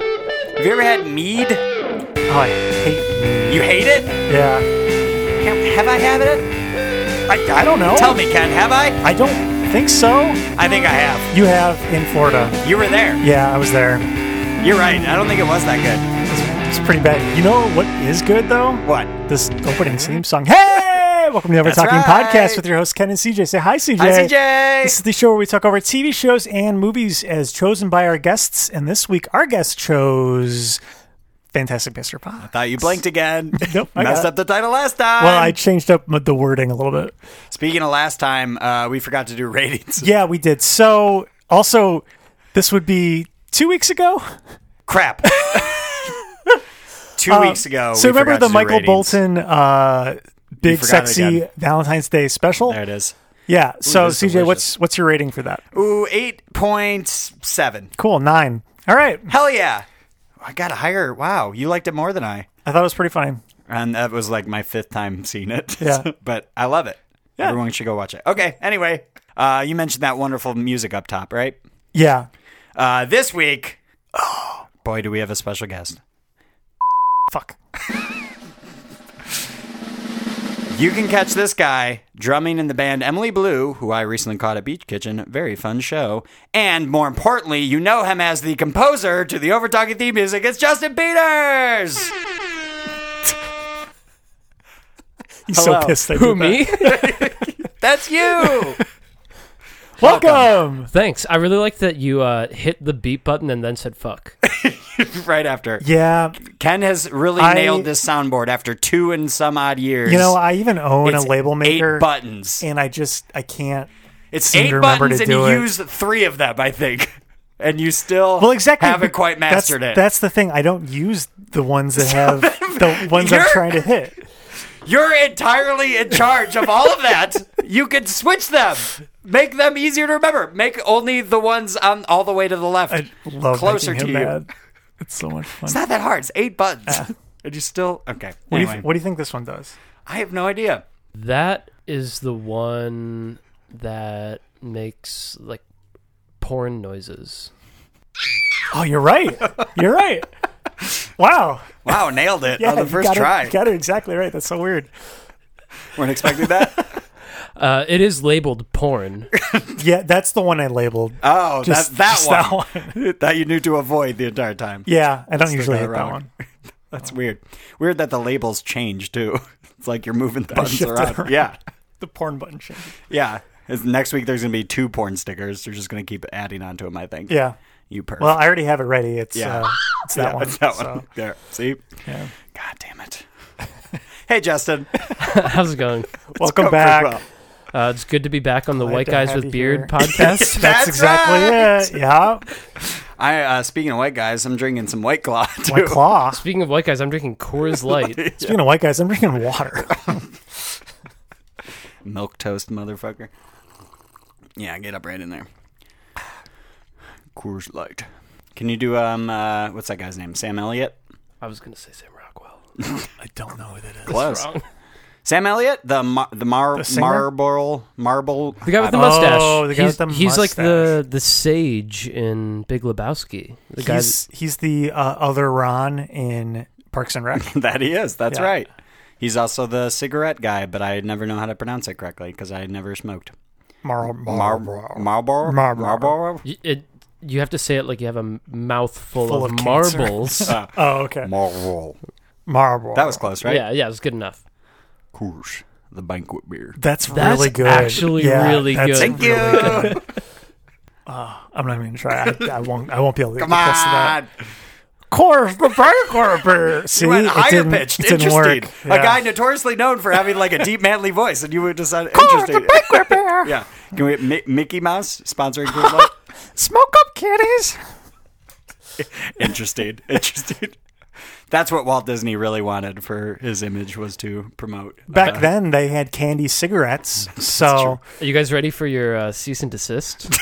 Have you ever had mead? Oh, I hate. You hate it? Yeah. Have have I had it? I, I don't know. Tell me, Ken. Have I? I don't think so. I think I have. You have in Florida. You were there. Yeah, I was there. You're right. I don't think it was that good. It's, it's pretty bad. You know what is good though? What? This opening theme song. Hey, welcome to Never That's Talking right. Podcast with your host Ken and CJ. Say hi, CJ. Hi, This is CJ. the show where we talk over TV shows and movies as chosen by our guests. And this week, our guest chose Fantastic Mr. Fox. Thought you blinked again. Nope, I Messed got it. up the title last time. Well, I changed up m- the wording a little bit. Speaking of last time, uh, we forgot to do ratings. Yeah, we did. So, also, this would be two weeks ago. Crap. Two weeks ago. Uh, So Oh, we remember forgot the to do Michael ratings. Bolton uh, big forgot it sexy again. Valentine's Day special? There it is. Yeah. so that's CJ, what's what's your rating for that? Ooh, eight point seven. Cool, nine. All right. Hell yeah! I got a higher. Wow, you liked it more than I. I thought it was pretty funny. And that was like my fifth time seeing it. Yeah. but I love it. Everyone should go watch it. Okay. Anyway, uh, you mentioned that wonderful music up top, right? Yeah. Uh, this week, oh, boy, do we have a special guest. Fuck. You can catch this guy drumming in the band Emily Blue, who I recently caught at Beach Kitchen. Very fun show. And more importantly, you know him as the composer to the Over Talking theme music. It's Justin Peters. He's so Hello. pissed. I Who did that. me? That's you. Welcome. Thanks. I really liked that you uh, hit the beep button and then said "fuck." right after. Yeah. Ken has really I- nailed this soundboard after two and some odd years. You know, I even own It's a label maker, Eight buttons. and I just I can't. It's seem eight to remember buttons, to and do you it. use three of them, I think. And you still Well, exactly. haven't quite That's- mastered it. That's the thing. I don't use the ones that have the ones I'm you're- trying to hit. You're entirely in charge of all of that. You can switch them. Make them easier to remember. Make only the ones on all the way to the left. I love closer making to him you. mad. It's so much fun. It's not that hard. It's eight buttons. and you still okay. what, do you, anyway, what do you think this one does? I have no idea. That is the one that makes like porn noises. Oh, you're right. You're right. Wow. Wow, nailed it on you the first got it- try. you got it exactly right. That's so weird. Weren't expecting that. Uh, it is labeled porn. Yeah, that's the one I labeled. Oh, Just- that that just that one. that you knew to avoid the entire time. Yeah, I don't usually got it hit that wrong. one. That's weird. Weird that the labels change too. It's like you're moving the buttons shifted around. around. Yeah. The porn button change. Yeah. It's- next week there's gonna be two porn stickers. They're just gonna keep adding onto them, I think. Yeah. You perf. Well, I already have it ready. It's Yeah. uh, it's that Yeah, one. it's that so, one. There. See? yeah. God damn it. hey Justin. How's it going? Welcome Go pretty back. well. Uh, it's good to be back on the Glad White to Guys have you with Beard here. podcast. That's That's exactly it. Yeah. I uh, speaking of white guys, I'm drinking some white claw too. White claw. Speaking of White Guys, I'm drinking Coors Light. Speaking of white guys, I'm drinking water. Milk toast motherfucker. Yeah, get up right in there. Coors Light. Can you do um uh what's that guy's name? Sam Elliott? I was gonna say Sam Rockwell. I don't know what it is. Close. Wrong. Sam Elliott, the mar- the, mar- The singer? marble marble The guy with the I- mustache. Oh, the guy he's, with the he's like the the sage in Big Lebowski. The guy. He's he's the uh, other Ron in Parks and Rec. that he is. That's Yeah. right. He's also the cigarette guy, but I never know how to pronounce it correctly because I never smoked. Mar- Mar- Marlboro, Marlboro, Marlboro. Marlboro, Y- It, you have to say it like you have a m- mouthful Full of, of cancer. marbles. Oh, okay. Marlboro. Marble. That was close, right? Yeah, yeah, it was good enough. Coors, the banquet beer. That's, That's really good. actually Yeah, really that's good. Thank really you. I'm not even gonna try. I, I won't. I won't be able to Come get close to that. on. Course, the barber. See, You went it higher didn't- pitched. It didn't Interesting. work. A guy notoriously known for having like a deep manly voice, and you would decide Course, the interesting. banquet bear. yeah. Can we Mi- Mickey Mouse sponsoring Coors Light? Smoke up, kitties. interesting interesting that's what walt disney really wanted for his image was to promote Back uh, then, they had candy cigarettes. So Are you guys ready for your uh, cease and desist?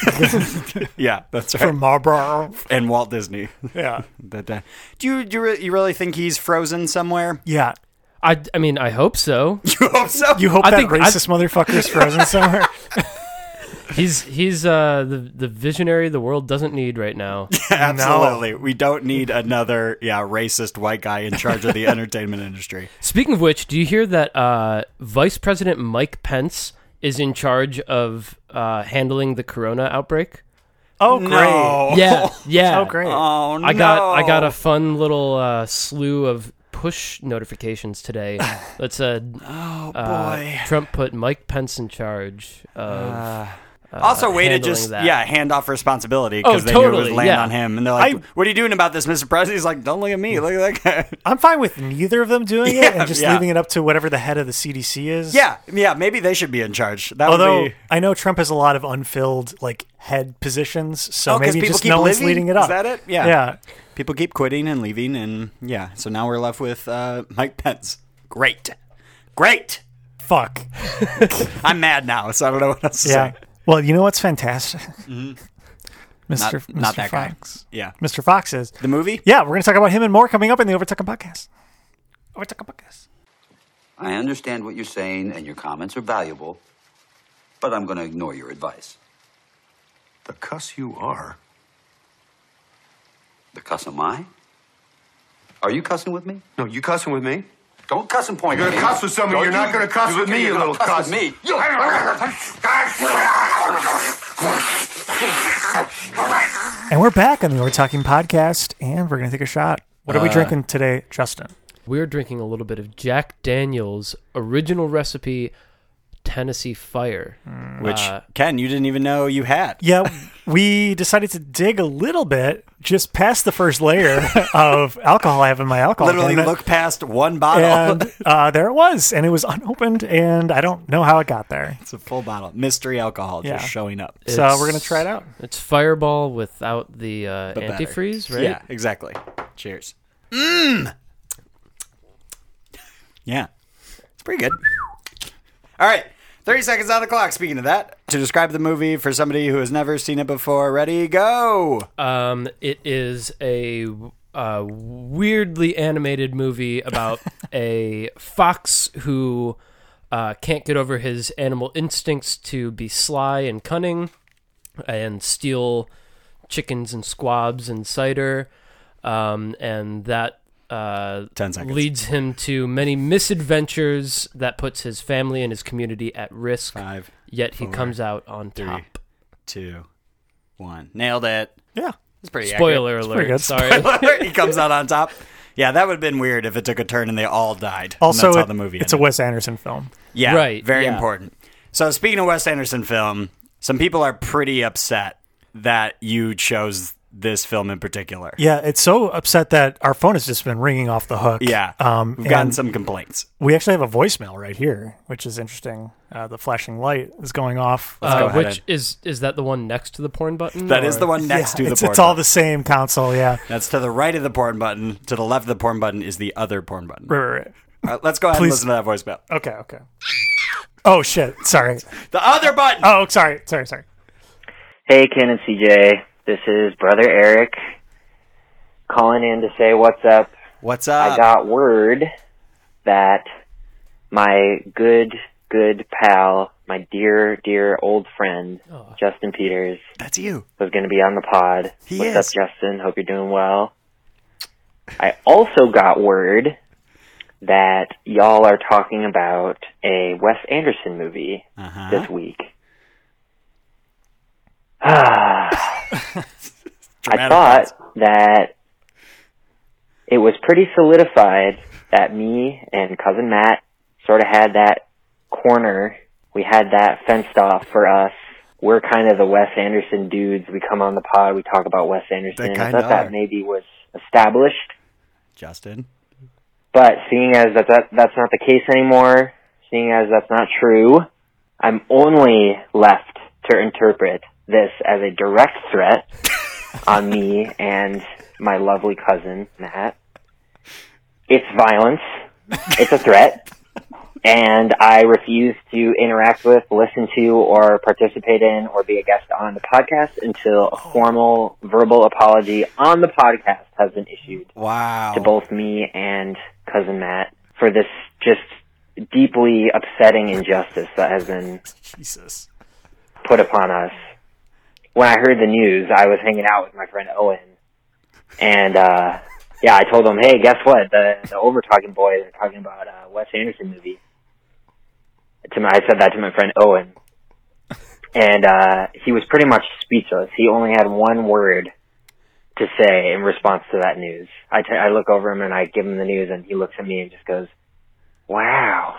yeah that's right for Marlboro, and walt disney yeah, that uh, do you do you, re- you really think he's frozen somewhere yeah. I, I mean, I hope so. you hope so You hope I that think- I- racist motherfucker's frozen somewhere. He's he's uh, the the visionary the world doesn't need right now. Absolutely. We don't need another yeah, racist white guy in charge of the entertainment industry. Speaking of which, do you hear that uh, Vice President Mike Pence is in charge of uh, handling the corona outbreak? Oh, great. No. Yeah, yeah. Oh, great. Oh no. I got I got a fun little uh, slew of push notifications today that said Oh uh, boy. Trump put Mike Pence in charge of. uh, also, way to handling just that. yeah hand off responsibility Oh, because they knew it was totally, laying yeah. on him, and they're like, I- "What are you doing about this, Mr. President?" He's like, "Don't look at me, look at that guy." I'm fine with neither of them doing it Yeah, and just yeah. leaving it up to whatever the head of the CDC is. yeah, yeah, maybe they should be in charge. That Although would be I know Trump has a lot of unfilled like head positions, so Oh, 'cause maybe people just keep no one's leaving? leading it Is up. that it? Yeah. Yeah. people keep quitting and leaving, and yeah, so now we're left with uh, Mike Pence. Great, great. Fuck. I'm mad now, so I don't know what else to Yeah. say. Well, you know what's fantastic? Mr. Not- not Mr. that guy. Fox. Yeah, Mr. Fox is. the movie. Yeah, we're going to talk about him and more coming up in the Overtucking Podcast. Overtucking Podcast. I understand what you're saying, and your comments are valuable, but I'm going to ignore your advice. The cuss you are. The cuss am I? Are you cussing with me? No, you cussing with me? Don't cuss and point You're at gonna me. cuss with someone, Don't you're you- not gonna cuss you're with me, you gonna little cuss cuss. with me. You- And we're back on the Overtucking Podcast, and we're going to take a shot. What are we drinking today, Justin? We're drinking a little bit of Jack Daniel's original recipe, Tennessee Fire. Which Ken, you didn't even know you had. Yeah, we decided to dig a little bit just past the first layer of alcohol I have in my alcohol. Literally cabinet. look past one bottle. uh, and uh, there it was, and it was unopened, and I don't know how it got there. It's a full bottle. Mystery alcohol Yeah. just showing up. So It's- we're gonna try it out. It's Fireball without the uh, But better. antifreeze, right? Yeah, exactly. Cheers. Mmm. Yeah. It's pretty good. All right. 30 seconds on the clock. Speaking of that, to describe the movie for somebody who has never seen it before, ready, go. Um, it is a uh, weirdly animated movie about a fox who uh, can't get over his animal instincts to be sly and cunning and steal chickens and squabs and cider. Um, and that uh, 10 seconds. leads him to many misadventures that puts his family and his community at risk. Five, yet he comes out on top. two, one. Nailed it. Yeah, It's pretty Spoiler pretty alert. good. Sorry. accurate. he comes out on top. Yeah, that would have been weird if it took a turn and they all died. And also that's how it- the movie it's ended. a Wes Anderson film. Yeah, Right, Very yeah. important. So speaking of Wes Anderson film, some people are pretty upset that you chose this film in particular. Yeah, it's so upset that our phone has just been ringing off the hook. Yeah. um, We've gotten and some complaints. we actually have a voicemail right here, which is interesting. Uh, the flashing light is going off. go Uh, ahead which and- is is that the one next to the porn button? That is or- the one next to the it's, porn. it's all button. the same console. Yeah, That's to the right of the porn button. To the left of the porn button is the other porn button. right, right, right. All right, let's go ahead Please. and listen to that voicemail. Okay, okay. Oh shit! Sorry. The other button. Oh, sorry, sorry, sorry. Hey, Ken and CJ. This is Brother Eric calling in to say what's up. What's up? I got word that my good, good pal, my dear, dear old friend, Oh. Justin Peters, That's you. was going to be on the pod. He what's is. up, Justin? Hope you're doing well. I also got word that y'all are talking about a Wes Anderson movie Uh-huh. this week. Ah. I Dramatic thought that it was pretty solidified that me and cousin Matt sort of had that corner. We had that fenced off for us. We're kind of the Wes Anderson dudes. We come on the pod, we talk about Wes Anderson. They I kinda thought are. that maybe was established, Justin. but seeing as that, that that's not the case anymore, seeing as that's not true, I'm only left to interpret this as a direct threat on me and my lovely cousin, Matt. It's violence. It's a threat. And I refuse to interact with, listen to, or participate in, or be a guest on the podcast until a formal verbal apology on the podcast has been issued Wow. to both me and cousin Matt for this just deeply upsetting injustice that has been Jesus. put upon us. When I heard the news, I was hanging out with my friend Owen, and uh, yeah, I told him, "Hey, guess what? The the over talking boys are talking about uh, Wes Anderson movie." To my, I said that to my friend Owen, and uh, he was pretty much speechless. He only had one word to say in response to that news. I, t- I look over him and I give him the news, and he looks at me and just goes, "Wow."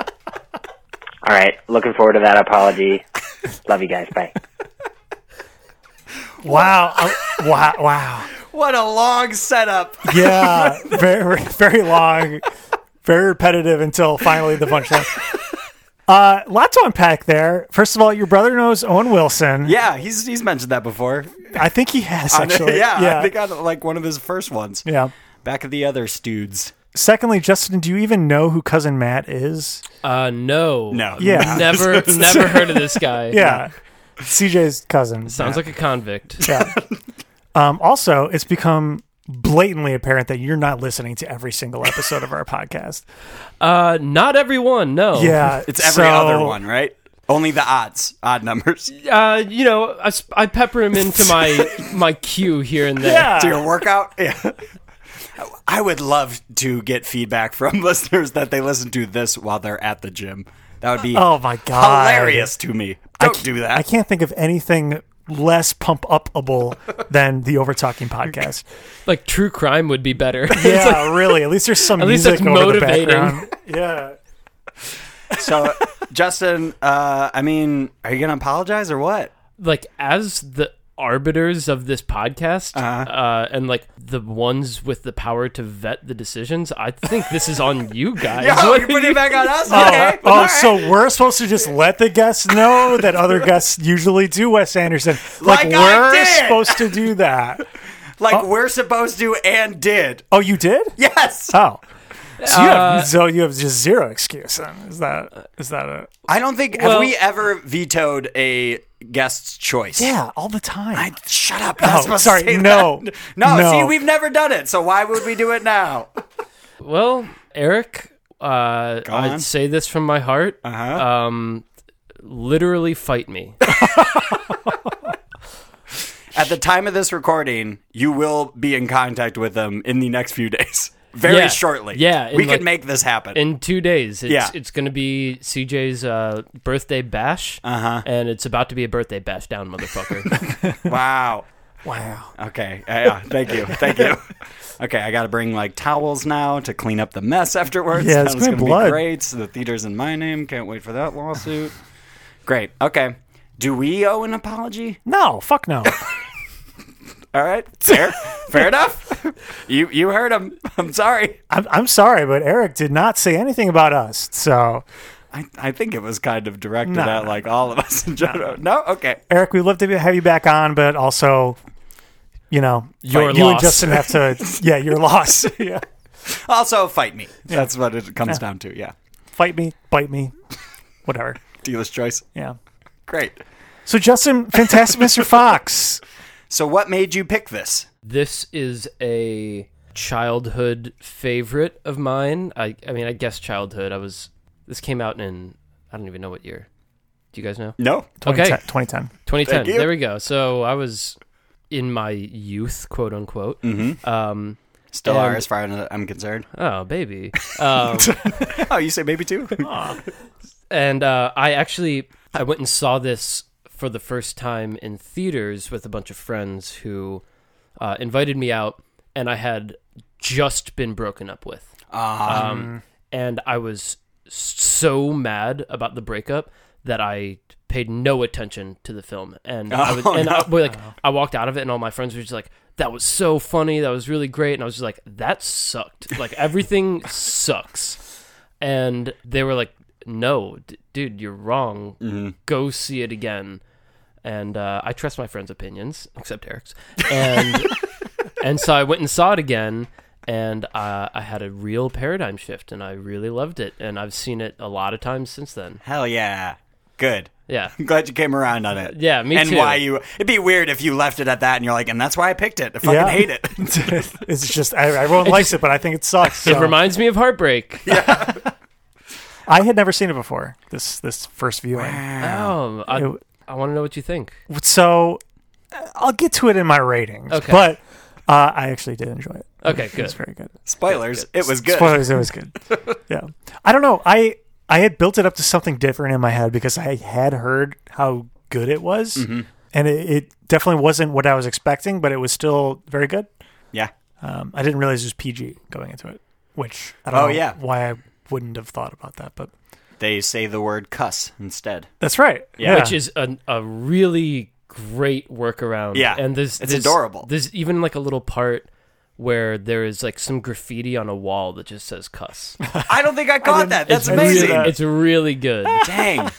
All right, looking forward to that apology. Love you guys. Bye. Wow. Uh, wow. Wow. What a long setup. Yeah. Very, very long, very repetitive until finally the punchline. Uh, lot to unpack there. First of all, your brother knows Owen Wilson. Yeah, he's he's mentioned that before. I think he has On- actually. yeah, Yeah. I think on like one of his first ones. yeah. Back at the other studs. Secondly, Justin, do you even know who cousin Matt is? Uh, no, No. Yeah. never, never heard of this guy. Yeah. CJ's cousin. sounds like a convict. Yeah. um, also, it's become blatantly apparent that you're not listening to every single episode of our podcast. Uh, not everyone. No. Yeah. Oh, It's every so- other one, right? Only the odds, odd numbers. Uh, you know, I, sp- I pepper him into my my queue here and there. to Yeah. your workout. Yeah. I would love to get feedback from listeners that they listen to this while they're at the gym. That would be Oh my god. hilarious to me. Don't do that. I can't think of anything less pump upable than the over talking podcast. Like true crime would be better. Yeah, really. At least there's some At least music that's over motivating. the background. Yeah. So, Justin, uh, I mean, are you going to apologize or what? like as the arbiters of this podcast Uh-huh. uh and like the ones with the power to vet the decisions i think this is on you guys Oh, What you're do putting you- it back on us? Oh, Okay. oh so we're supposed to just let the guests know that other guests usually do Wes Anderson. Like, Like I we're did. supposed to do that. Like, uh, we're supposed to and did. Oh, you did? Yes. Oh. So you, have, so you have just zero excuse. Then. Is that is that a I don't think, have Well- we ever vetoed a guest's choice? yeah? All the time. I, shut up. You're not Oh, supposed sorry, to say no, that. no. no. see, we've never done it. So, why would we do it now? well eric uh on. i'd say this from my heart uh-huh. um literally fight me At the time of this recording, you will be in contact with them in the next few days. Very Yeah. shortly. Yeah, in We could like- make this happen. in two days it's, Yeah. it's gonna be cj's uh birthday bash uh-huh and it's about to be a birthday bash down motherfucker wow. wow. Okay. Yeah, yeah. Thank you. Thank you. Okay, I got to bring like towels now to clean up the mess afterwards. Yeah, That it's was gonna gonna be blood. be great. So the theater's in my name. Can't wait for that lawsuit. great. Okay. Do we owe an apology? No, fuck no. All right. Fair. Fair enough. You you heard him. I'm sorry. I'm, I'm sorry, but Eric did not say anything about us. So I, I think it was kind of directed No, at no, like all of us in general. No. Okay. Eric, we'd love to be- have you back on, but also, you know, Your like, you and loss. Justin have to, yeah, your loss. yeah. Also, fight me. That's what it comes down to. Yeah. Fight me, bite me, whatever. Dealer's choice. Yeah. Great. So, Justin, fantastic Mr. Fox. So, what made you pick this? This is a childhood favorite of mine. I, I mean, I guess childhood. I was. This came out in. I don't even know what year. Do you guys know? No. 2010, Okay. 2010. 2010. Thank you. There we go. So I was in my youth, quote unquote. Mm-hmm. Um, Still And- are, as far as I'm concerned. oh, baby. Um, Oh, you say maybe two? and uh, I actually I went and saw this for the first time in theaters with a bunch of friends who uh, invited me out, and I had just been broken up with. Um, and I was so mad about the breakup that I paid no attention to the film, and I was, and I, well, like I walked out of it, and all my friends were just like, "That was so funny, that was really great," and I was just like, "That sucked, like everything sucks," and they were like, "No, d- dude, you're wrong. Go see it again." And uh, I trust my friends' opinions, except Eric's, and and so I went and saw it again, and uh, I had a real paradigm shift, and I really loved it, and I've seen it a lot of times since then. Hell yeah. Good. Yeah, I'm glad you came around on it. Yeah, me and too. why you? It'd be weird if you left it at that, and you're like, and that's why I picked it. I fucking Yeah. hate it. It's just, I, everyone likes it, but I think it sucks. it so- reminds me of heartbreak. I had never seen it before. This this first viewing. Oh, I, It- I want to know what you think. So uh, I'll get to it in my ratings. Okay. But uh, I actually did enjoy it. Okay, It was good. very good. Spoilers. It was good. Spoilers, it was good. yeah. I don't know. I I had built it up to something different in my head because I had heard how good it was. Mm-hmm. And it, it definitely wasn't what I was expecting, but it was still very good. Yeah. Um, I didn't realize it was PG going into it, which I don't Oh, know yeah. why I wouldn't have thought about that, but They say the word cuss instead. that's right. Yeah. which is a, a really great workaround. Yeah. and there's It's there's- adorable. There's even like a little part where there is like some graffiti on a wall that just says "cuss." I don't think I caught that. That's it's really- amazing. it's really good. Dang.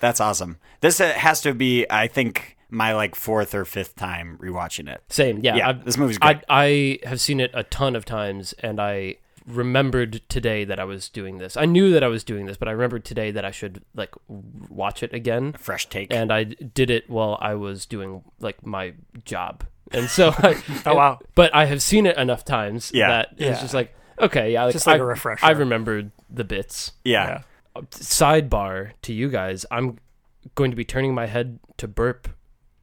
That's awesome. This uh, has to be, I think, my like fourth or fifth time rewatching it. Same, yeah. Yeah, I, this movie's great. I, I have seen it a ton of times, and I remembered today that I was doing this. I knew that I was doing this, but I remembered today that I should like w- watch it again. Fresh take. And I d- did it while I was doing like my job, and so I, Oh, wow. But I have seen it enough times Yeah. that Yeah. it's just like okay, yeah, like, Just like I- a refresher. I remembered the bits yeah. sidebar to you guys, I'm going to be turning my head to burp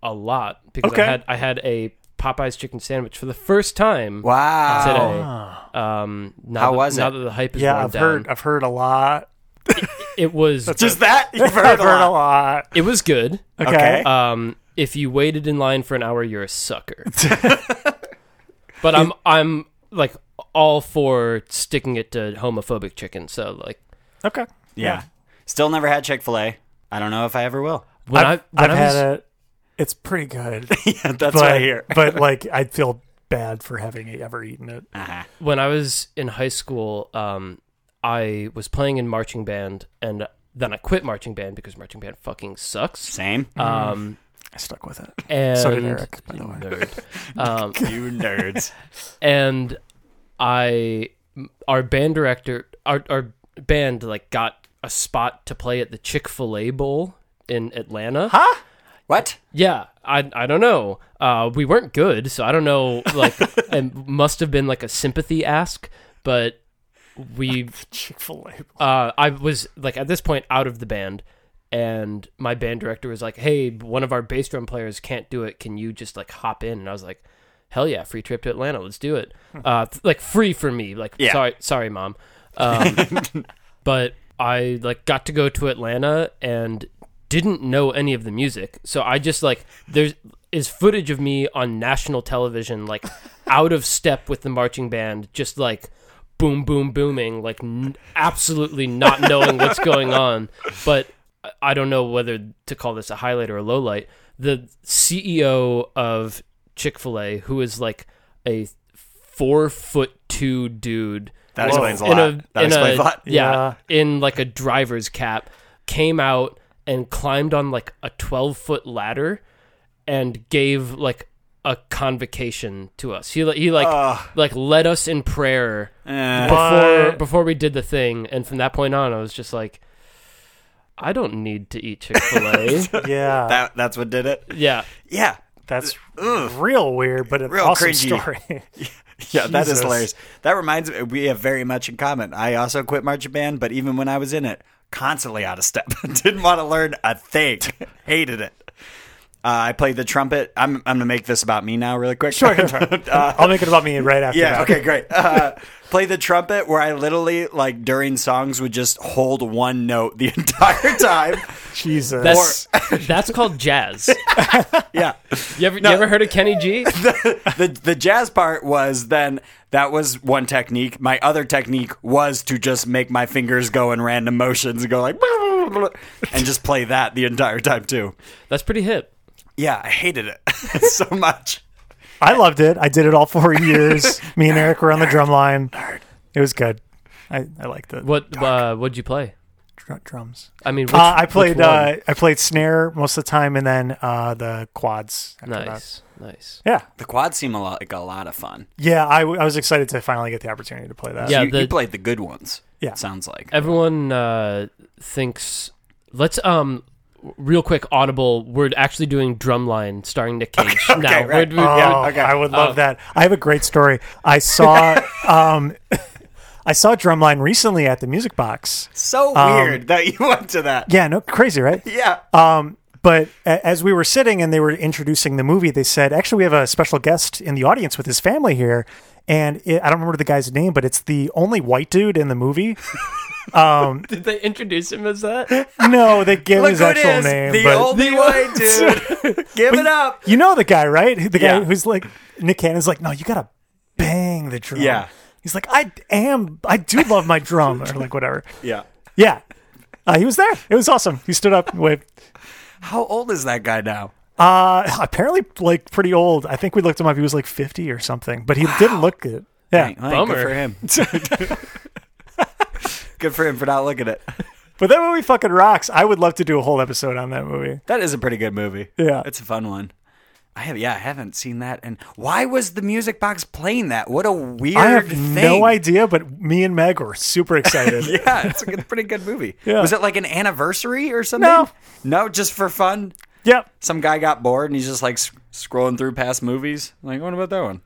a lot because Okay. I had I had a Popeye's chicken sandwich for the first time Wow. today. Um, now How that, was now it? that the hype is Ah. Yeah, worn I've down, heard I've heard a lot. it was Just that? You've heard, I've a heard a lot. lot. it was good. Okay. Okay. Um, if you waited in line for an hour, you're a sucker. but I'm I'm like all for sticking it to homophobic chicken. So like okay. Yeah. Still never had Chick fil A. I don't know if I ever will. when I've, I when I've I was, had it. It's pretty good. yeah, that's but, what I hear. but like I feel bad for having ever eaten it. Ah. when I was in high school, um, I was playing in marching band, and then I quit marching band because marching band fucking sucks. Same. Um, I stuck with it. and So did Eric, by the way. Nerd. Um, you nerds. and I, our band director, our our band like got a spot to play at the Chick Fil A Bowl in Atlanta. What? Yeah, I I don't know. Uh, we weren't good, so I don't know. Like, it must have been like a sympathy ask, but we Chick Fil A. uh, I was like at this point out of the band, and my band director was like, "Hey, one of our bass drum players can't do it. Can you just like hop in?" And I was like, "Hell yeah, free trip to Atlanta. Let's do it." Uh, th- like free for me. Like Yeah. sorry, sorry, mom. Um, but I like got to go to Atlanta and didn't know any of the music, so I just like there's is footage of me on national television like out of step with the marching band, just like boom boom booming, like n- absolutely not knowing what's going on. But I- I don't know whether to call this a highlight or a low light. The CEO of Chick Fil A, who is like a four foot two dude That in a- explains a in lot. That in explains a lot. Yeah, uh, in like a driver's cap, came out and climbed on like a twelve foot ladder and gave like a convocation to us. He li- he like like led us in prayer before before we did the thing, and from that point on, I was just like. I don't need to eat Chick Fil A. Yeah, That, that's what did it? yeah, Yeah. that's real weird, but an Real awesome cringy. story. Yeah, that is Jesus. hilarious. That reminds me, we have very much in common. I also quit marching band, but even when I was in it, constantly out of step. Didn't want to learn a thing. Hated it. Uh, I played the trumpet. I'm, I'm going to make this about me now, really quick. Sure. I'll make it about me right after. Yeah. that. Okay. Great. Uh, play the trumpet, where I literally like during songs would just hold one note the entire time. Jesus. that's that's called jazz. yeah. You ever, you ever heard of Kenny G? The the jazz part was then that was one technique. My other technique was to just make my fingers go in random motions and go like and just play that the entire time too. That's pretty hip. Yeah, I hated it so much. I loved it. I did it all four years. me and Eric were on the drum line. It was good. I, I liked the What uh, what'd you play? dr- drums. I mean, which, Uh, I which played one? uh, I played snare most of the time, and then uh, the quads. after nice, nice. that. Yeah, The quads seem a lot like a lot of fun. yeah. I, w- I was excited to finally get the opportunity to play that. Yeah, you, you the- played the good ones. Yeah. sounds like Everyone uh, thinks. Let's um, real quick. Audible. We're actually doing Drumline, starring Nick Cage. now, right. We're- we're- Oh, I would love that. I have a great story. I saw um, I saw Drumline recently at the Music Box. So weird that you went to that. Yeah, no, crazy, right? Yeah. But a- as we were sitting and they were introducing the movie, they said, actually, we have a special guest in the audience with his family here. And it, I don't remember the guy's name, but it's the only white dude in the movie. Did they introduce him as that? No, they give Look his who it actual is, name. the but only white dude. Give it up. you know the guy, right? The guy Yeah. who's like Nick Cannon's like, no, you gotta bang the drum. Yeah. He's like, I am, I do love my drum, or like whatever. Yeah. Yeah, uh, he was there. It was awesome. He stood up and waved. How old is that guy now? Uh, apparently, like pretty old. I think we looked him up. He was like fifty or something, but he didn't look it. Yeah, Dang, well, Bummer. Good for him. good for him for not looking at it. but that movie fucking rocks. I would love to do a whole episode on that movie. That is a pretty good movie. Yeah. It's a fun one. I have yeah, I haven't seen that. And why was the music box playing that? What a weird I have thing. no idea, but me and Meg were super excited. Yeah, it's a good, pretty good movie. Yeah. Was it like an anniversary or something? No. No, just for fun. Yep. Some guy got bored and he's just like sc- scrolling through past movies. Like, what about that one?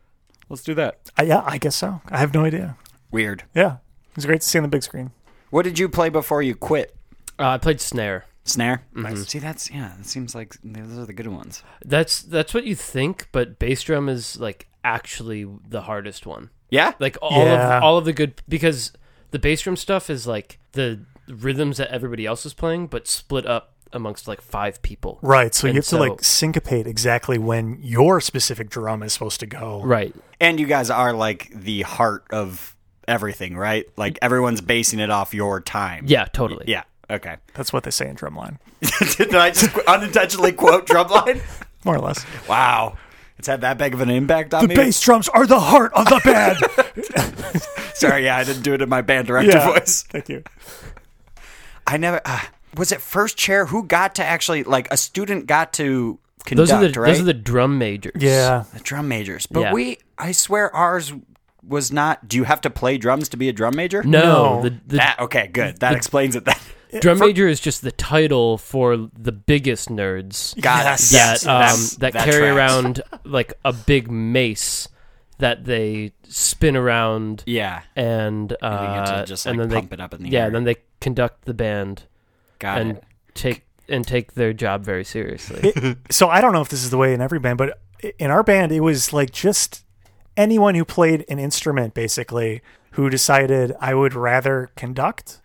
Let's do that. Uh, yeah, I guess so. I have no idea. Weird. Yeah, it was great to see on the big screen. What did you play before you quit? Uh, I played snare. Snare. Nice. See, that's yeah. It seems like those are the good ones. That's that's what you think, but bass drum is like actually the hardest one. Yeah. Like all Yeah. of all of the good because the bass drum stuff is like the rhythms that everybody else is playing, but split up amongst like five people. Right. So you And have to like syncopate exactly when your specific drum is supposed to go. right. And you guys are like the heart of everything, right? Like everyone's basing it off your time. Yeah, totally. Yeah. Okay. That's what they say in drumline, Did I just qu- unintentionally quote Drumline? more or less. Wow. It's had that big of an impact on The me. bass drums are the heart of the band. Sorry, yeah, I didn't do it in my band director voice. Thank you. I never. Uh, was it first chair? Who got to actually like a student got to conduct? Those are the right? those are the drum majors. Yeah. The drum majors. But Yeah. we, I swear, ours was not. Do you have to play drums to be a drum major? No. No, the, the That okay, good. That explains it. Then drum major is just the title for the biggest nerds. got Yes. it. that That's- um, that carry tracks. around like a big mace that they spin around Yeah, and they get to uh, just, and like, then they pump it up in the yeah air. and then they conduct the band got and it. take and take their job very seriously. So I don't know if this is the way in every band, but in our band, it was like just anyone who played an instrument basically who decided I would rather conduct,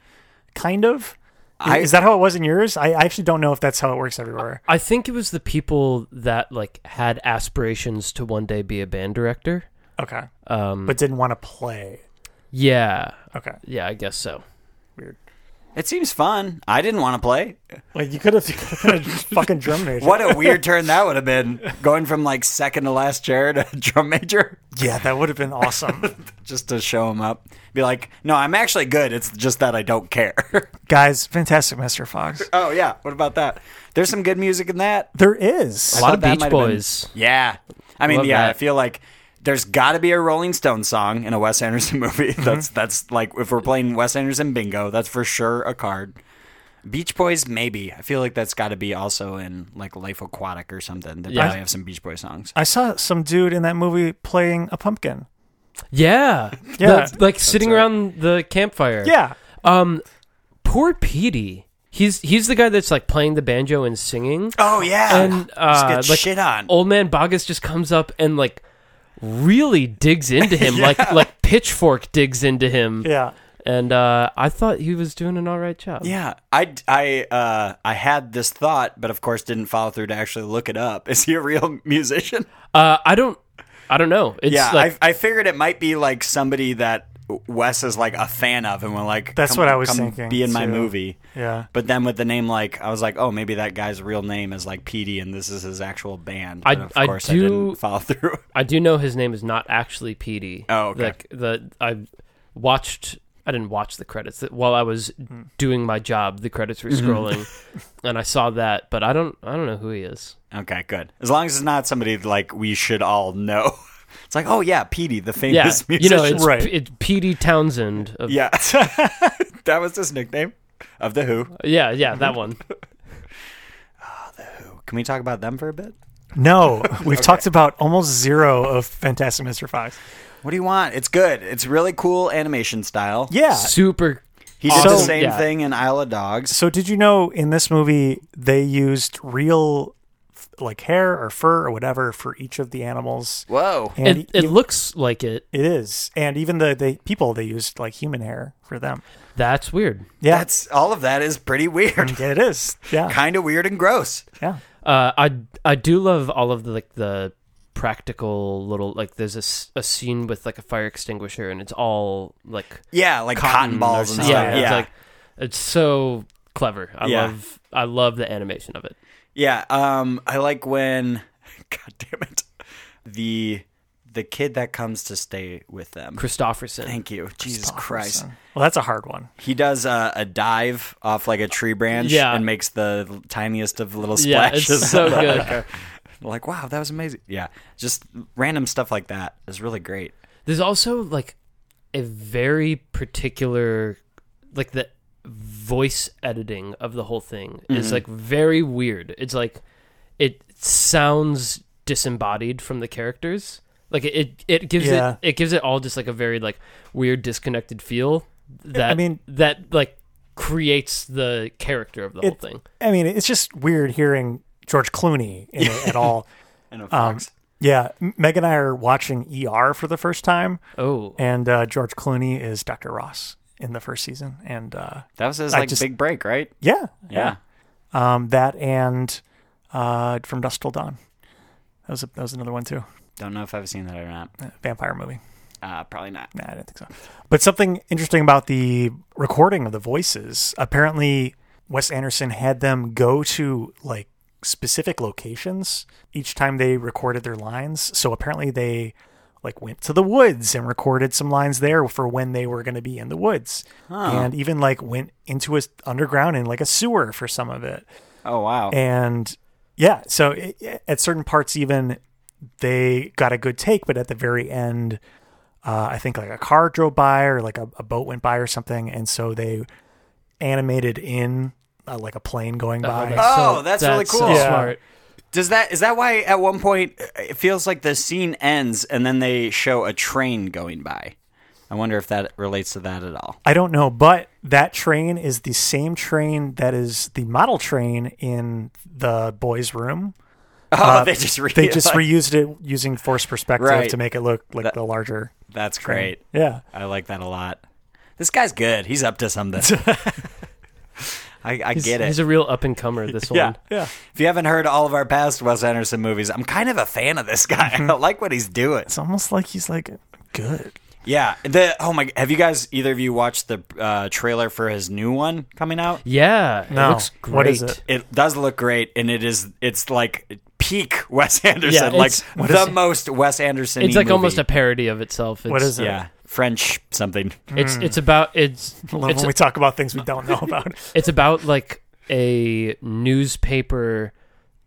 kind of. I- is that how it was in yours? I, I actually don't know if that's how it works everywhere. I think it was the people that like had aspirations to one day be a band director. Okay. Um, but didn't want to play. Yeah, Okay. yeah, I guess so. It seems fun. I didn't want to play. Like you could have fucking drum major. What a weird turn that would have been. Going from like second to last chair to drum major, Yeah, that would have been awesome. just to show him up. Be like, no, I'm actually good. It's just that I don't care. Guys, fantastic Mr. Fox. oh yeah, what about that? There's some good music in that. There is. A lot thought of that Beach might have been- Boys. Yeah. I mean, Love yeah, I that. feel like there's got to be a Rolling Stone song in a Wes Anderson movie. Mm-hmm. That's that's like if we're playing Wes Anderson bingo, that's for sure a card. Beach Boys, maybe. I feel like that's got to be also in like Life Aquatic or something. They probably have some Beach Boy songs. I saw some dude in that movie playing a pumpkin. Yeah, Yeah. The- like sitting around the campfire. Yeah. poor Petey. He's he's the guy that's like playing the banjo and singing. Oh yeah, and uh, Just get like shit on. old man Bogus just comes up and like really digs into him, like like pitchfork digs into him. Yeah. And uh, I thought he was doing an all right job. Yeah, I I uh I had this thought, but of course didn't follow through to actually look it up. Is he a real musician? Uh, I don't. I don't know. It's Yeah, like I, I figured it might be like somebody that Wes is like a fan of, and we're like, That's come- what I was come thinking, Be in my too. movie. Yeah. But then with the name, like, I was like, oh, maybe that guy's real name is like Petey, and this is his actual band. I- But of I course, I do- didn't follow through. I do know his name is not actually Petey. Oh, okay. Like the I watched. I didn't watch the credits that while I was Hmm. doing my job. The credits were Mm-hmm. scrolling, and I saw that, but I don't. I don't know who he is. okay, good. As long as it's not somebody like we should all know. It's like, oh yeah, Petey, the Yeah, famous you musician. know, it's Right. it's Petey Townsend. Of, yeah. yeah, that was his nickname of the Who. yeah, yeah, that one. Can we talk about them for a bit? No, we've talked about almost zero of Fantastic Mr. Fox. What do you want? It's good. It's really cool animation style. Yeah. Super. He did the So- same yeah. thing in Isle of Dogs. So did you know in this movie they used real f- like hair or fur or whatever for each of the animals? Whoa. And It, it e- looks like it. it is. And even the, the people they used like human hair for them. That's weird. Yeah. That's all of that is pretty weird. yeah, it is. Yeah. kind of weird and gross. Yeah. Uh, I I do love all of the like the practical little like there's a, s- a scene with like a fire extinguisher and it's all like Yeah, like cotton, balls and yeah, stuff. Yeah. it's Yeah. like it's so clever. I Yeah. love I love the animation of it. Um I like when God damn it. The the kid that comes to stay with them. Christofferson. Thank you. Jesus Christ. Well, that's a hard one. He does uh, a dive off like a tree branch Yeah. and makes the tiniest of little yeah, splashes. it's so good. like, wow, that was amazing. Yeah. Just random stuff like that is really great. There's also like a very particular like the voice editing of the whole thing is Mm-hmm. like very weird. It's like it sounds disembodied from the characters. Like it it gives Yeah. it it gives it all just like a very like weird disconnected feel that I mean- that like creates the character of the whole It- thing. I mean, it's just weird hearing George Clooney in it at all. And a Um, fox. yeah, M- Meg and I are watching ER for the first time, Oh. and uh, George Clooney is Dr. Ross in the first season, and uh, that was his I like just- big break, right? yeah, Yeah. um, that and uh, from Dusk Till Dawn. That was a, that was another one too, Don't know if I've seen that or not. Uh, vampire movie. Uh, probably not. Nah, I don't think so. But something interesting about the recording of the voices. Apparently, Wes Anderson had them go to like specific locations each time they recorded their lines. So apparently, they like went to the woods and recorded some lines there for when they were going to be in the woods, and even like went into a s- underground in like a sewer for some of it Oh wow. and yeah so it, at certain parts even they got a good take but at the very end uh, i think like a car drove by or like a, a boat went by or something and so they animated in uh, like a plane going by that's- Oh, really so cool. Yeah. smart. Does that is that why at one point it feels like the scene ends and then they show a train going by? I wonder if that relates to that at all. i don't know but that train is the same train that is the model train in the boys room Oh, they just re- they just reused it using forced perspective Right. to make it look like That- the larger That's great. yeah I like that a lot. This guy's good. He's up to something. I, I He's, get it. he's a real up and comer. This Yeah. one. yeah if you haven't heard all of our past Wes Anderson movies, I'm kind of a fan of this guy. I like what he's doing. it's almost like he's like good Yeah. The oh my. Have you guys either of you watched the uh, trailer for his new one coming out? Yeah, No. it looks great. What is it? It does look great, and it is. It's like peak Wes Anderson, Yeah, like it's- what the is it? most Wes Anderson. It's like almost a parody of itself. It's, what is it yeah French something. It's it's about it's love it's, when we talk about things we don't know about. it's about like a newspaper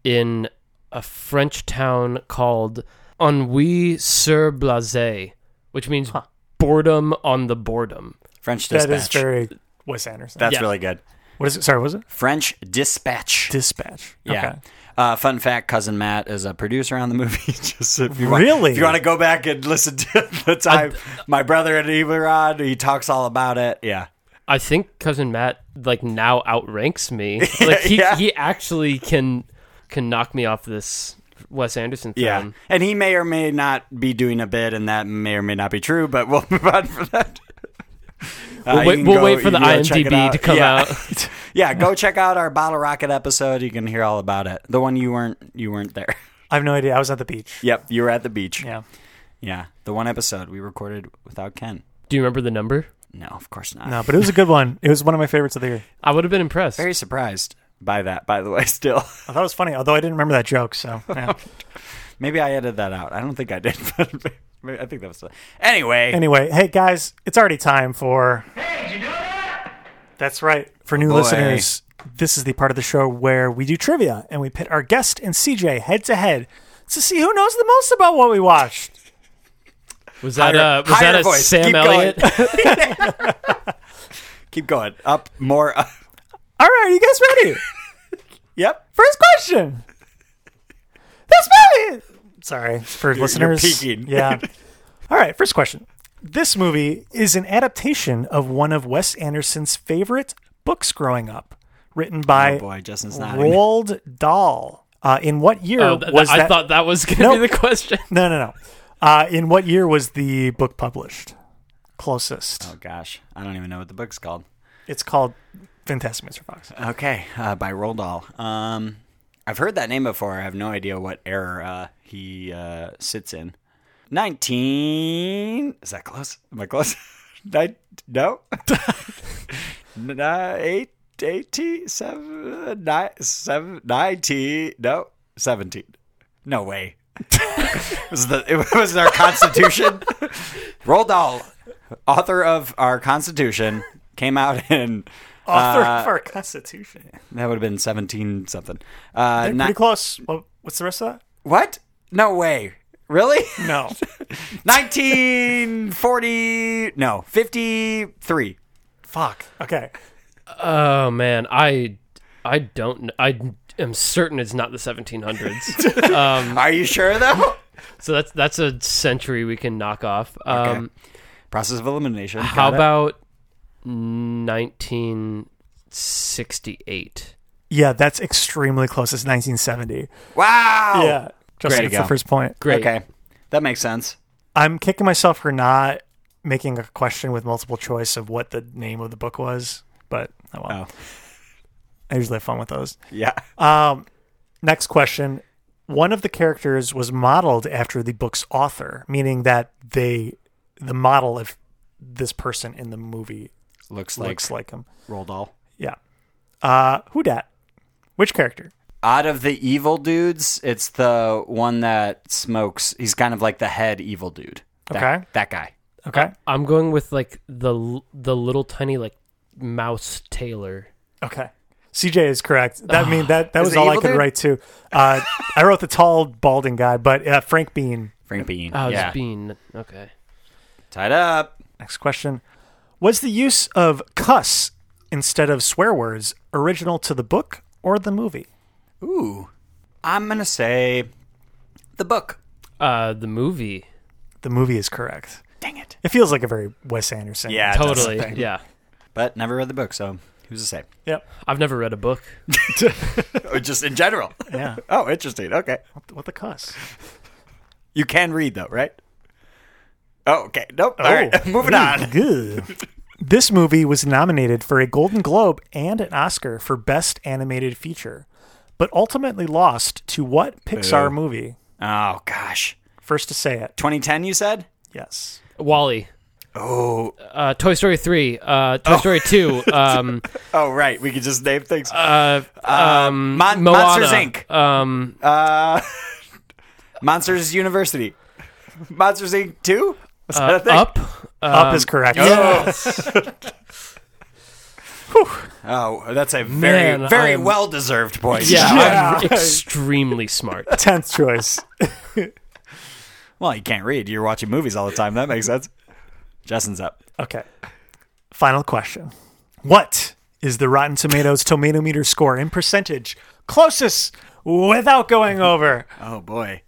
in a French town called Ennui sur Blase, which means boredom on the boredom. French dispatch. that is very Wes Anderson. That's yeah. really good. what is it? Sorry, what was it French dispatch. Dispatch? yeah. Okay. Uh, fun fact: Cousin Matt is a producer on the movie. Just if you want, Really? if you want to go back and listen to the time my brother and Ivan, he talks all about it. Yeah. I think cousin Matt like now outranks me. Like he Yeah. he actually can can knock me off this Wes Anderson film. Yeah. and he may or may not be doing a bit, and that may or may not be true, but we'll move on for that. Uh, We'll, you wait, can we'll go- wait for you the can go check it IMDb to come yeah. out. yeah, go check out our Bottle Rocket episode. You can hear all about it. The one you weren't you weren't there. I have no idea. I was at the beach. yep, you were at the beach. Yeah. Yeah, the one episode we recorded without Ken. Do you remember the number? No, of course not. No, but it was a good one. It was one of my favorites of the year. I would have been impressed. Very surprised by that. By the way, still I thought it was funny, although I didn't remember that joke. So yeah. maybe I edited that out. I don't think I did. But maybe- I think that was anyway. anyway, hey guys, it's already time for. Hey, did you do that? That's right. For new boy. listeners, this is the part of the show where we do trivia and we pit our guest and CJ head to head to see who knows the most about what we watched. Was that Higher- uh, was higher that a voice. Sam Keep going. Elliott? Keep going up more. Up. All right, you guys ready? Yep. First question. This movie. Sorry for listeners. peeking. Yeah. All right. First question. This movie is an adaptation of one of Wes Anderson's favorite books growing up, written by Oh boy, Justin's nodding. Roald Dahl. Uh, in what year Oh, th- was I that? thought that was going to Nope. be the question. no, no, no. Uh, in what year was the book published? Closest. Oh gosh, I don't even know what the book's called. It's called Fantastic Mr. Fox. Okay, uh, by Roald Dahl. Um, I've heard that name before. I have no idea what era uh, he uh, sits in. Nineteen? Is that close? Am I close? Nine, no. N- uh, eight, eighty, seven, nine, seven, ninety. No, seventeen. No way. it, was the, it was our Constitution. Roald Dahl, author of our Constitution, came out in Author of our Constitution. that would have been 17 something. Uh, ni- Pretty close. What, what's the rest of what? No way. Really? that? No. 1940. No, 53. Fuck. Okay. Oh man, I I don't kn- I am certain it's not the 1700s. Are you sure, though? so that's that's a century we can knock off. Um, Process of elimination. How Got it. Uh-huh. about 1968? Yeah, that's extremely close. It's 1970. Wow. yeah. Justin Oh, Great gets go. the first point. Great. Okay. That makes sense. I'm kicking myself for not making a question with multiple choice of what the name of the book was, but oh well. Oh. I usually have fun with those. Yeah. Uh, Next question. One of the characters was modeled after the book's author, meaning that they the model of this person in the movie looks like, looks like him. Roald Dahl. Yeah. Uh who dat? Which character? Out of the evil dudes, it's the one that smokes. He's kind of like the head evil dude. That- Okay. That guy. Okay. I'm going with like the l- the little tiny like mouse Taylor. Okay. CJ is correct. That mean that that Is was it all I evil could dude? write too. Uh, I wrote the tall balding guy, but uh, Frank Bean. Frank Bean. Oh, yeah. it's Bean. Okay. Tied up. Next question: Was the use of cuss instead of swear words original to the book or the movie? Ooh. I'm going to say the book. Uh, the movie. The movie is correct. Dang it. It feels like a very Wes Anderson. Yeah, that's Totally. the thing. Yeah. But never read the book, so who's to say? Yep. I've never read a book. Or Oh, just in general. Yeah. oh, interesting. Okay. What the cuss? You can read though, right? Oh, okay. Nope. Oh. All right. Moving on. Good. This movie was nominated for a Golden Globe and an Oscar for Best Animated Feature, but ultimately lost to what Pixar Boo. movie? Oh gosh. First to say it. 2010 you said? Yes. Wally. Oh. Uh, Toy Story 3. Oh. Uh, Toy Story 2. Um, Oh, right. We could just name things. uh, um, Mon- Moana. Monsters, Inc. Um, Uh, Monsters University. Monsters Inc. 2? Is that a thing? Up. Um, Up is correct. Oh, that's a very, Man, very I'm- well deserved point. Yeah, I'm Yeah. extremely smart. Tenth choice. Well, you can't read. You're watching movies all the time. That makes sense. Justin's up. Okay. Final question. What is the Rotten Tomatoes tomato meter score in percentage closest without going over? Oh boy.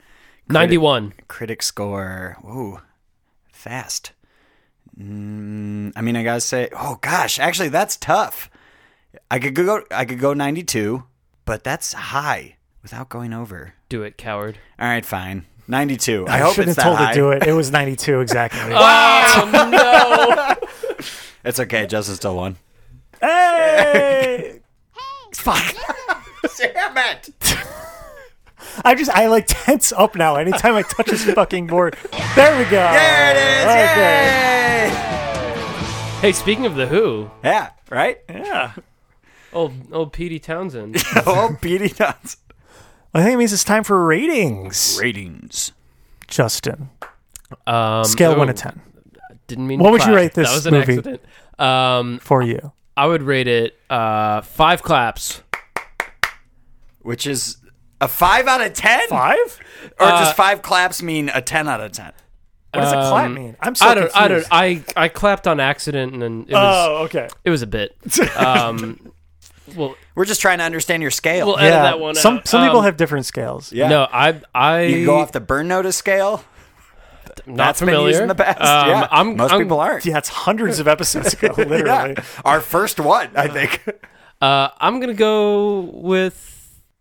91. critic score. Ooh, fast. Mm, I mean, I gotta say, oh gosh, actually, that's tough. I could go, I could go ninety-two, but that's high without going over. Do it, coward. All right, fine, ninety-two. I, hope shouldn't it's that have told high. it to do it. It was 92 exactly. It's okay. Justin still won. hey! Fuck. Damn it! I just I like tense up now anytime I touch this fucking board. There we go. There it is! Okay. Yay! Hey, speaking of the Who, Yeah, right. Yeah. old old Petey Townsend. oh, Petey nuts. I think it means it's time for ratings. Ratings. Justin, Um, scale oh, one to ten Didn't mean. What to would you clap. rate this That was an movie? accident. Um, for you. I would rate it uh, five claps. Which is a five out of ten, Five? or does five claps mean a ten out of ten? What does a clap Um, mean? I'm so I don't. I don't. confused. I I clapped on accident and then it was oh, okay. it was a bit. Um, Well, We're just trying to understand your scale. we'll edit yeah. that one. some out. some people Um, have different scales. yeah. No, I I you can go off the burn notice scale. not That's been familiar used in the past. Um, yeah. I'm, Most I'm- people aren't. Yeah, it's hundreds of episodes ago, literally. Yeah. Our first one, I think. Uh, I'm gonna go with.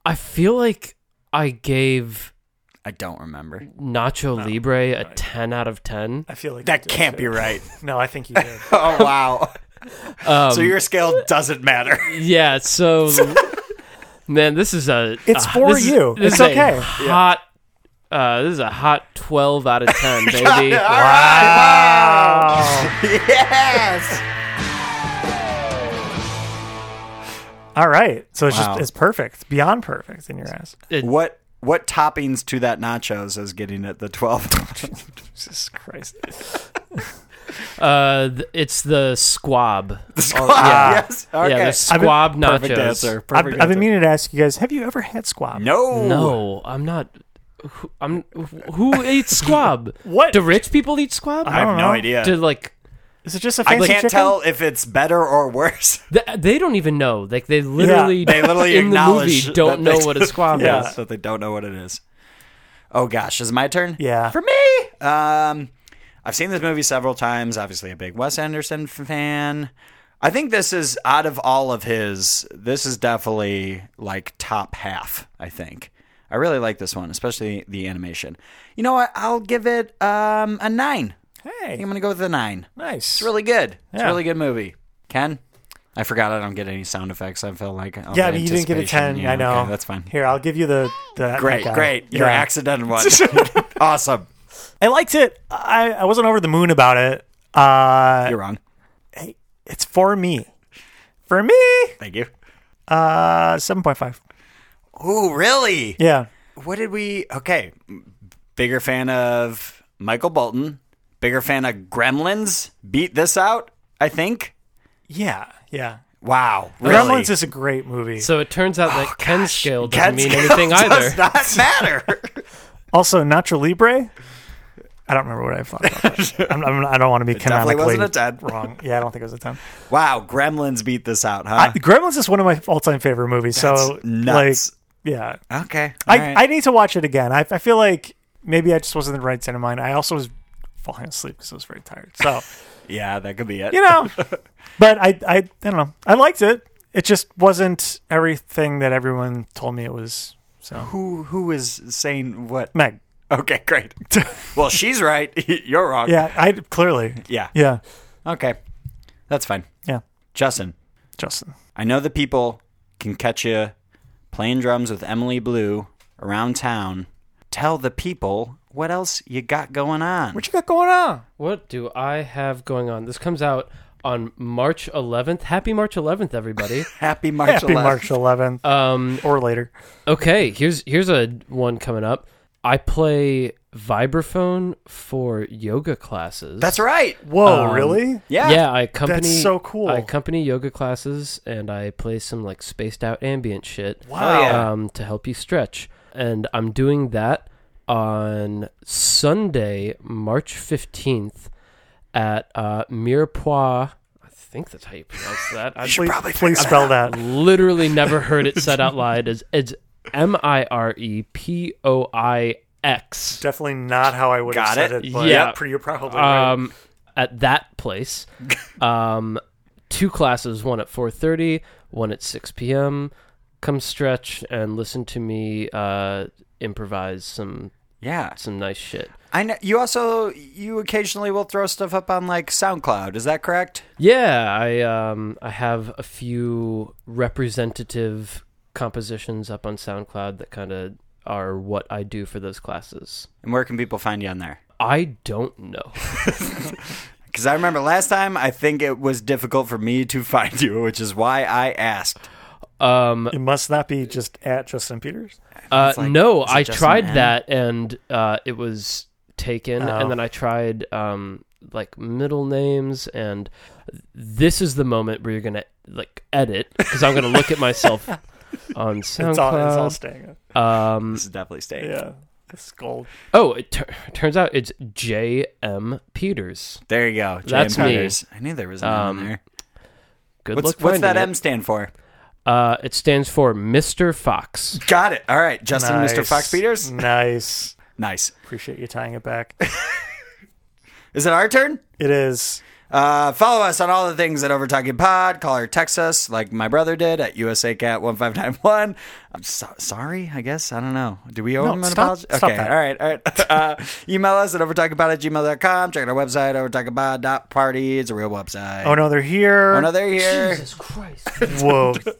I feel like I gave I don't remember. Nacho Libre a ten out of ten. I feel like you That did. can't be right. No, I think you did. Oh wow. Um, so your scale doesn't matter. Yeah. So, man, this is a. It's uh, for this is- you. this It's is a okay. Hot. Uh, this is a hot twelve out of ten, baby. Ah. Um, yes. All right. So it's Wow. just it's perfect, beyond perfect in your ass. What what toppings to that nachos is getting at the twelve? Oh, Jesus Christ. Uh, th- it's the squab. yeah. Yes. Okay. Yeah, I've the been- squab nachos. Perfect answer. I've, Perfect I've answer. been meaning to ask you guys, have you ever had squab? no. No, I'm not. who- I'm who eats squab? What? do rich people eat squab? I have don't no know. idea. Do like Is it just a I fancy can't chicken? tell if it's better or worse. Th- they don't even know. Like they literally, They literally in the acknowledge movie don't that know they- what a squab Yeah. is. So they don't know what it is. Oh gosh, is it my turn? Yeah. For me, um, I've seen this movie several times. Obviously, a big Wes Anderson f- fan. I think this is out of all of his. This is definitely like top half. I think. I really like this one, especially the animation. You know what? I'll give it um, a nine. I think Hey. I'm gonna go with a nine. Nice. It's really good. It's a Yeah. really good movie. Ken? I forgot I don't get any sound effects. I feel like all yeah, I the mean, you didn't give it anticipation. 10. Yeah, I know. okay, that's fine. Here, I'll give you the. the Great, that guy. great. Your Yeah. accident one. awesome. I liked it. I, I wasn't over the moon about it. Uh, You're wrong. it's for me. For me, Thank you. uh, 7.5. Ooh, really? Yeah. What did we Okay. Bigger fan of Michael Bolton. Bigger fan of Gremlins. Beat this out, I think. Yeah. Yeah. Wow. Really? Gremlins is a great movie. So it turns out that Ken's scale doesn't Oh, Ken's mean scale anything either. Does not matter. Also, Nacho Libre. I don't remember what I thought about that. I'm, I'm, I don't want to be definitely canonically wasn't a 10. wrong. Yeah, I don't think it was a 10. wow, Gremlins beat this out, I, huh? Gremlins is one of my all-time favorite movies. so, That's nuts. like, yeah, okay. I, all right. I need to watch it again. I, I feel like maybe I just wasn't in the right state of mind. I also was falling asleep because I was very tired. So, yeah, that could be it. you know, but I, I, I don't know. I liked it. It just wasn't everything that everyone told me it was. So, who who is saying what? Meg. Okay, great. well, she's right. You're wrong. Yeah, I clearly. Yeah. Yeah. Okay. That's fine. Yeah. Justin, Justin. I know the people can catch you playing drums with Emily Blue around town. Tell the people what else you got going on. What you got going on? What do I have going on? This comes out on March 11th. Happy March 11th, everybody. happy March Happy 11th. March 11th um, or later. okay, here's here's a one coming up. I play vibraphone for yoga classes. That's right. Whoa, Um, really? Yeah. Yeah, I accompany. so cool. I accompany yoga classes and I play some like spaced out ambient shit. Wow. Oh, yeah. Um, to help you stretch, and I'm doing that on Sunday, March fifteenth, at uh, Mirepoix. I think that's how you pronounce that. I Please, please spell that. literally never heard it said out loud. As it's M I R E P O I X. Definitely not how I would Got have said it. it. but Yeah. pre- you're probably right. um, at that place. Um, two classes, one at 4:30, one at 6 p.m. Come stretch and listen to me uh, improvise some Yeah. some nice shit. I know you also you occasionally will throw stuff up on like SoundCloud, is that correct? Yeah, I um, I have a few representative compositions up on SoundCloud that kind of are what I do for those classes. And where can people find you on there? I don't know. Because I remember last time, I think it was difficult for me to find you, which is why I asked. Um, It must not be just at Justin Peters. Uh, It's like- no, is it I just an tried N? that and uh, it was taken. Oh. And then I tried um, like middle names. And this is the moment where you're gonna like edit because I'm gonna look at myself on SoundCloud. It's all, it's all staying. um, This is definitely staying. Yeah. It's gold. oh, it tur turns out it's J M Peters. There you go. J.M. That's me. Peters. I knew there was an M Um, in there. Good What's, luck what's that finding M stand for? it. Uh, it stands for Mr. Fox. Got it. All right, Justin, Nice. Mr. Fox Peters. Nice. Nice. Appreciate you tying it back. Is it our turn? It is. Uh, follow us on all the things at Over Talking Pod. Call or text us, like my brother did at USACat1591. I'm so- sorry, I guess. I don't know. Do we owe No, him an stop- apology? stop okay, that. all right, all right. Uh, email us at overtalkingpod at gmail.com. Check out our website, overtalkingpod.party. It's a real website. Oh no, they're here. Oh, no, they're here. Jesus Christ. Whoa.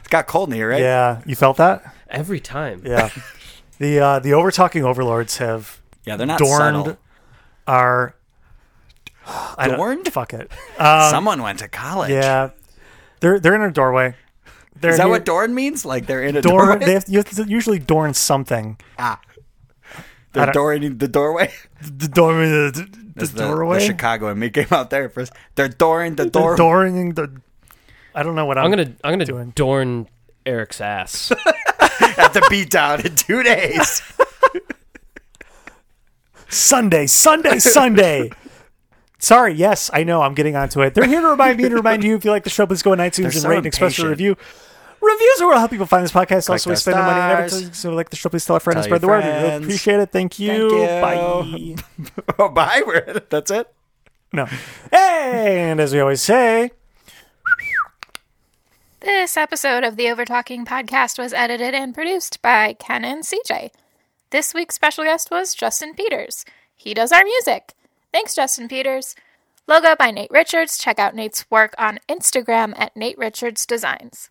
It's got cold in here, right? Yeah, you felt that? Every time. Yeah. the uh, the over talking overlords have Yeah, they're not dorned subtle. our. I don't- Dorned? Fuck it. Someone went to college. Yeah, they're they're in a doorway. They're Is that here- what dorn means? Like they're in a Dorn, doorway? Ah. they have, you have to usually dorn something. I They're don't- dooring the doorway? The, dorn, the, the, That's the doorway. The Chicago and me came out there first. They're dooring the door. They're dorning the. I don't know what I'm, I'm gonna I'm gonna Doing. dorn Eric's ass. at the beatdown in two days. Sunday, Sunday, Sunday. Sorry, yes, I know I'm getting onto it. They're here to remind me and remind you if you like the show, please go on iTunes and so rate and express a impatient. review. Reviews are what help people find this podcast. also, we those spend our money on stars. advertising. So, if you like the show, please tell a friend and Tell your spread the word. We really friends. appreciate it. Thank you. Thank Bye. oh, bye. We're- That's it. No. And as we always say, This episode of the Overtalking podcast was edited and produced by Ken and CJ. This week's special guest was Justin Peters. He does our music. Thanks, Justin Peters. Logo by Nate Richards. Check out Nate's work on Instagram at Nate Richards Designs.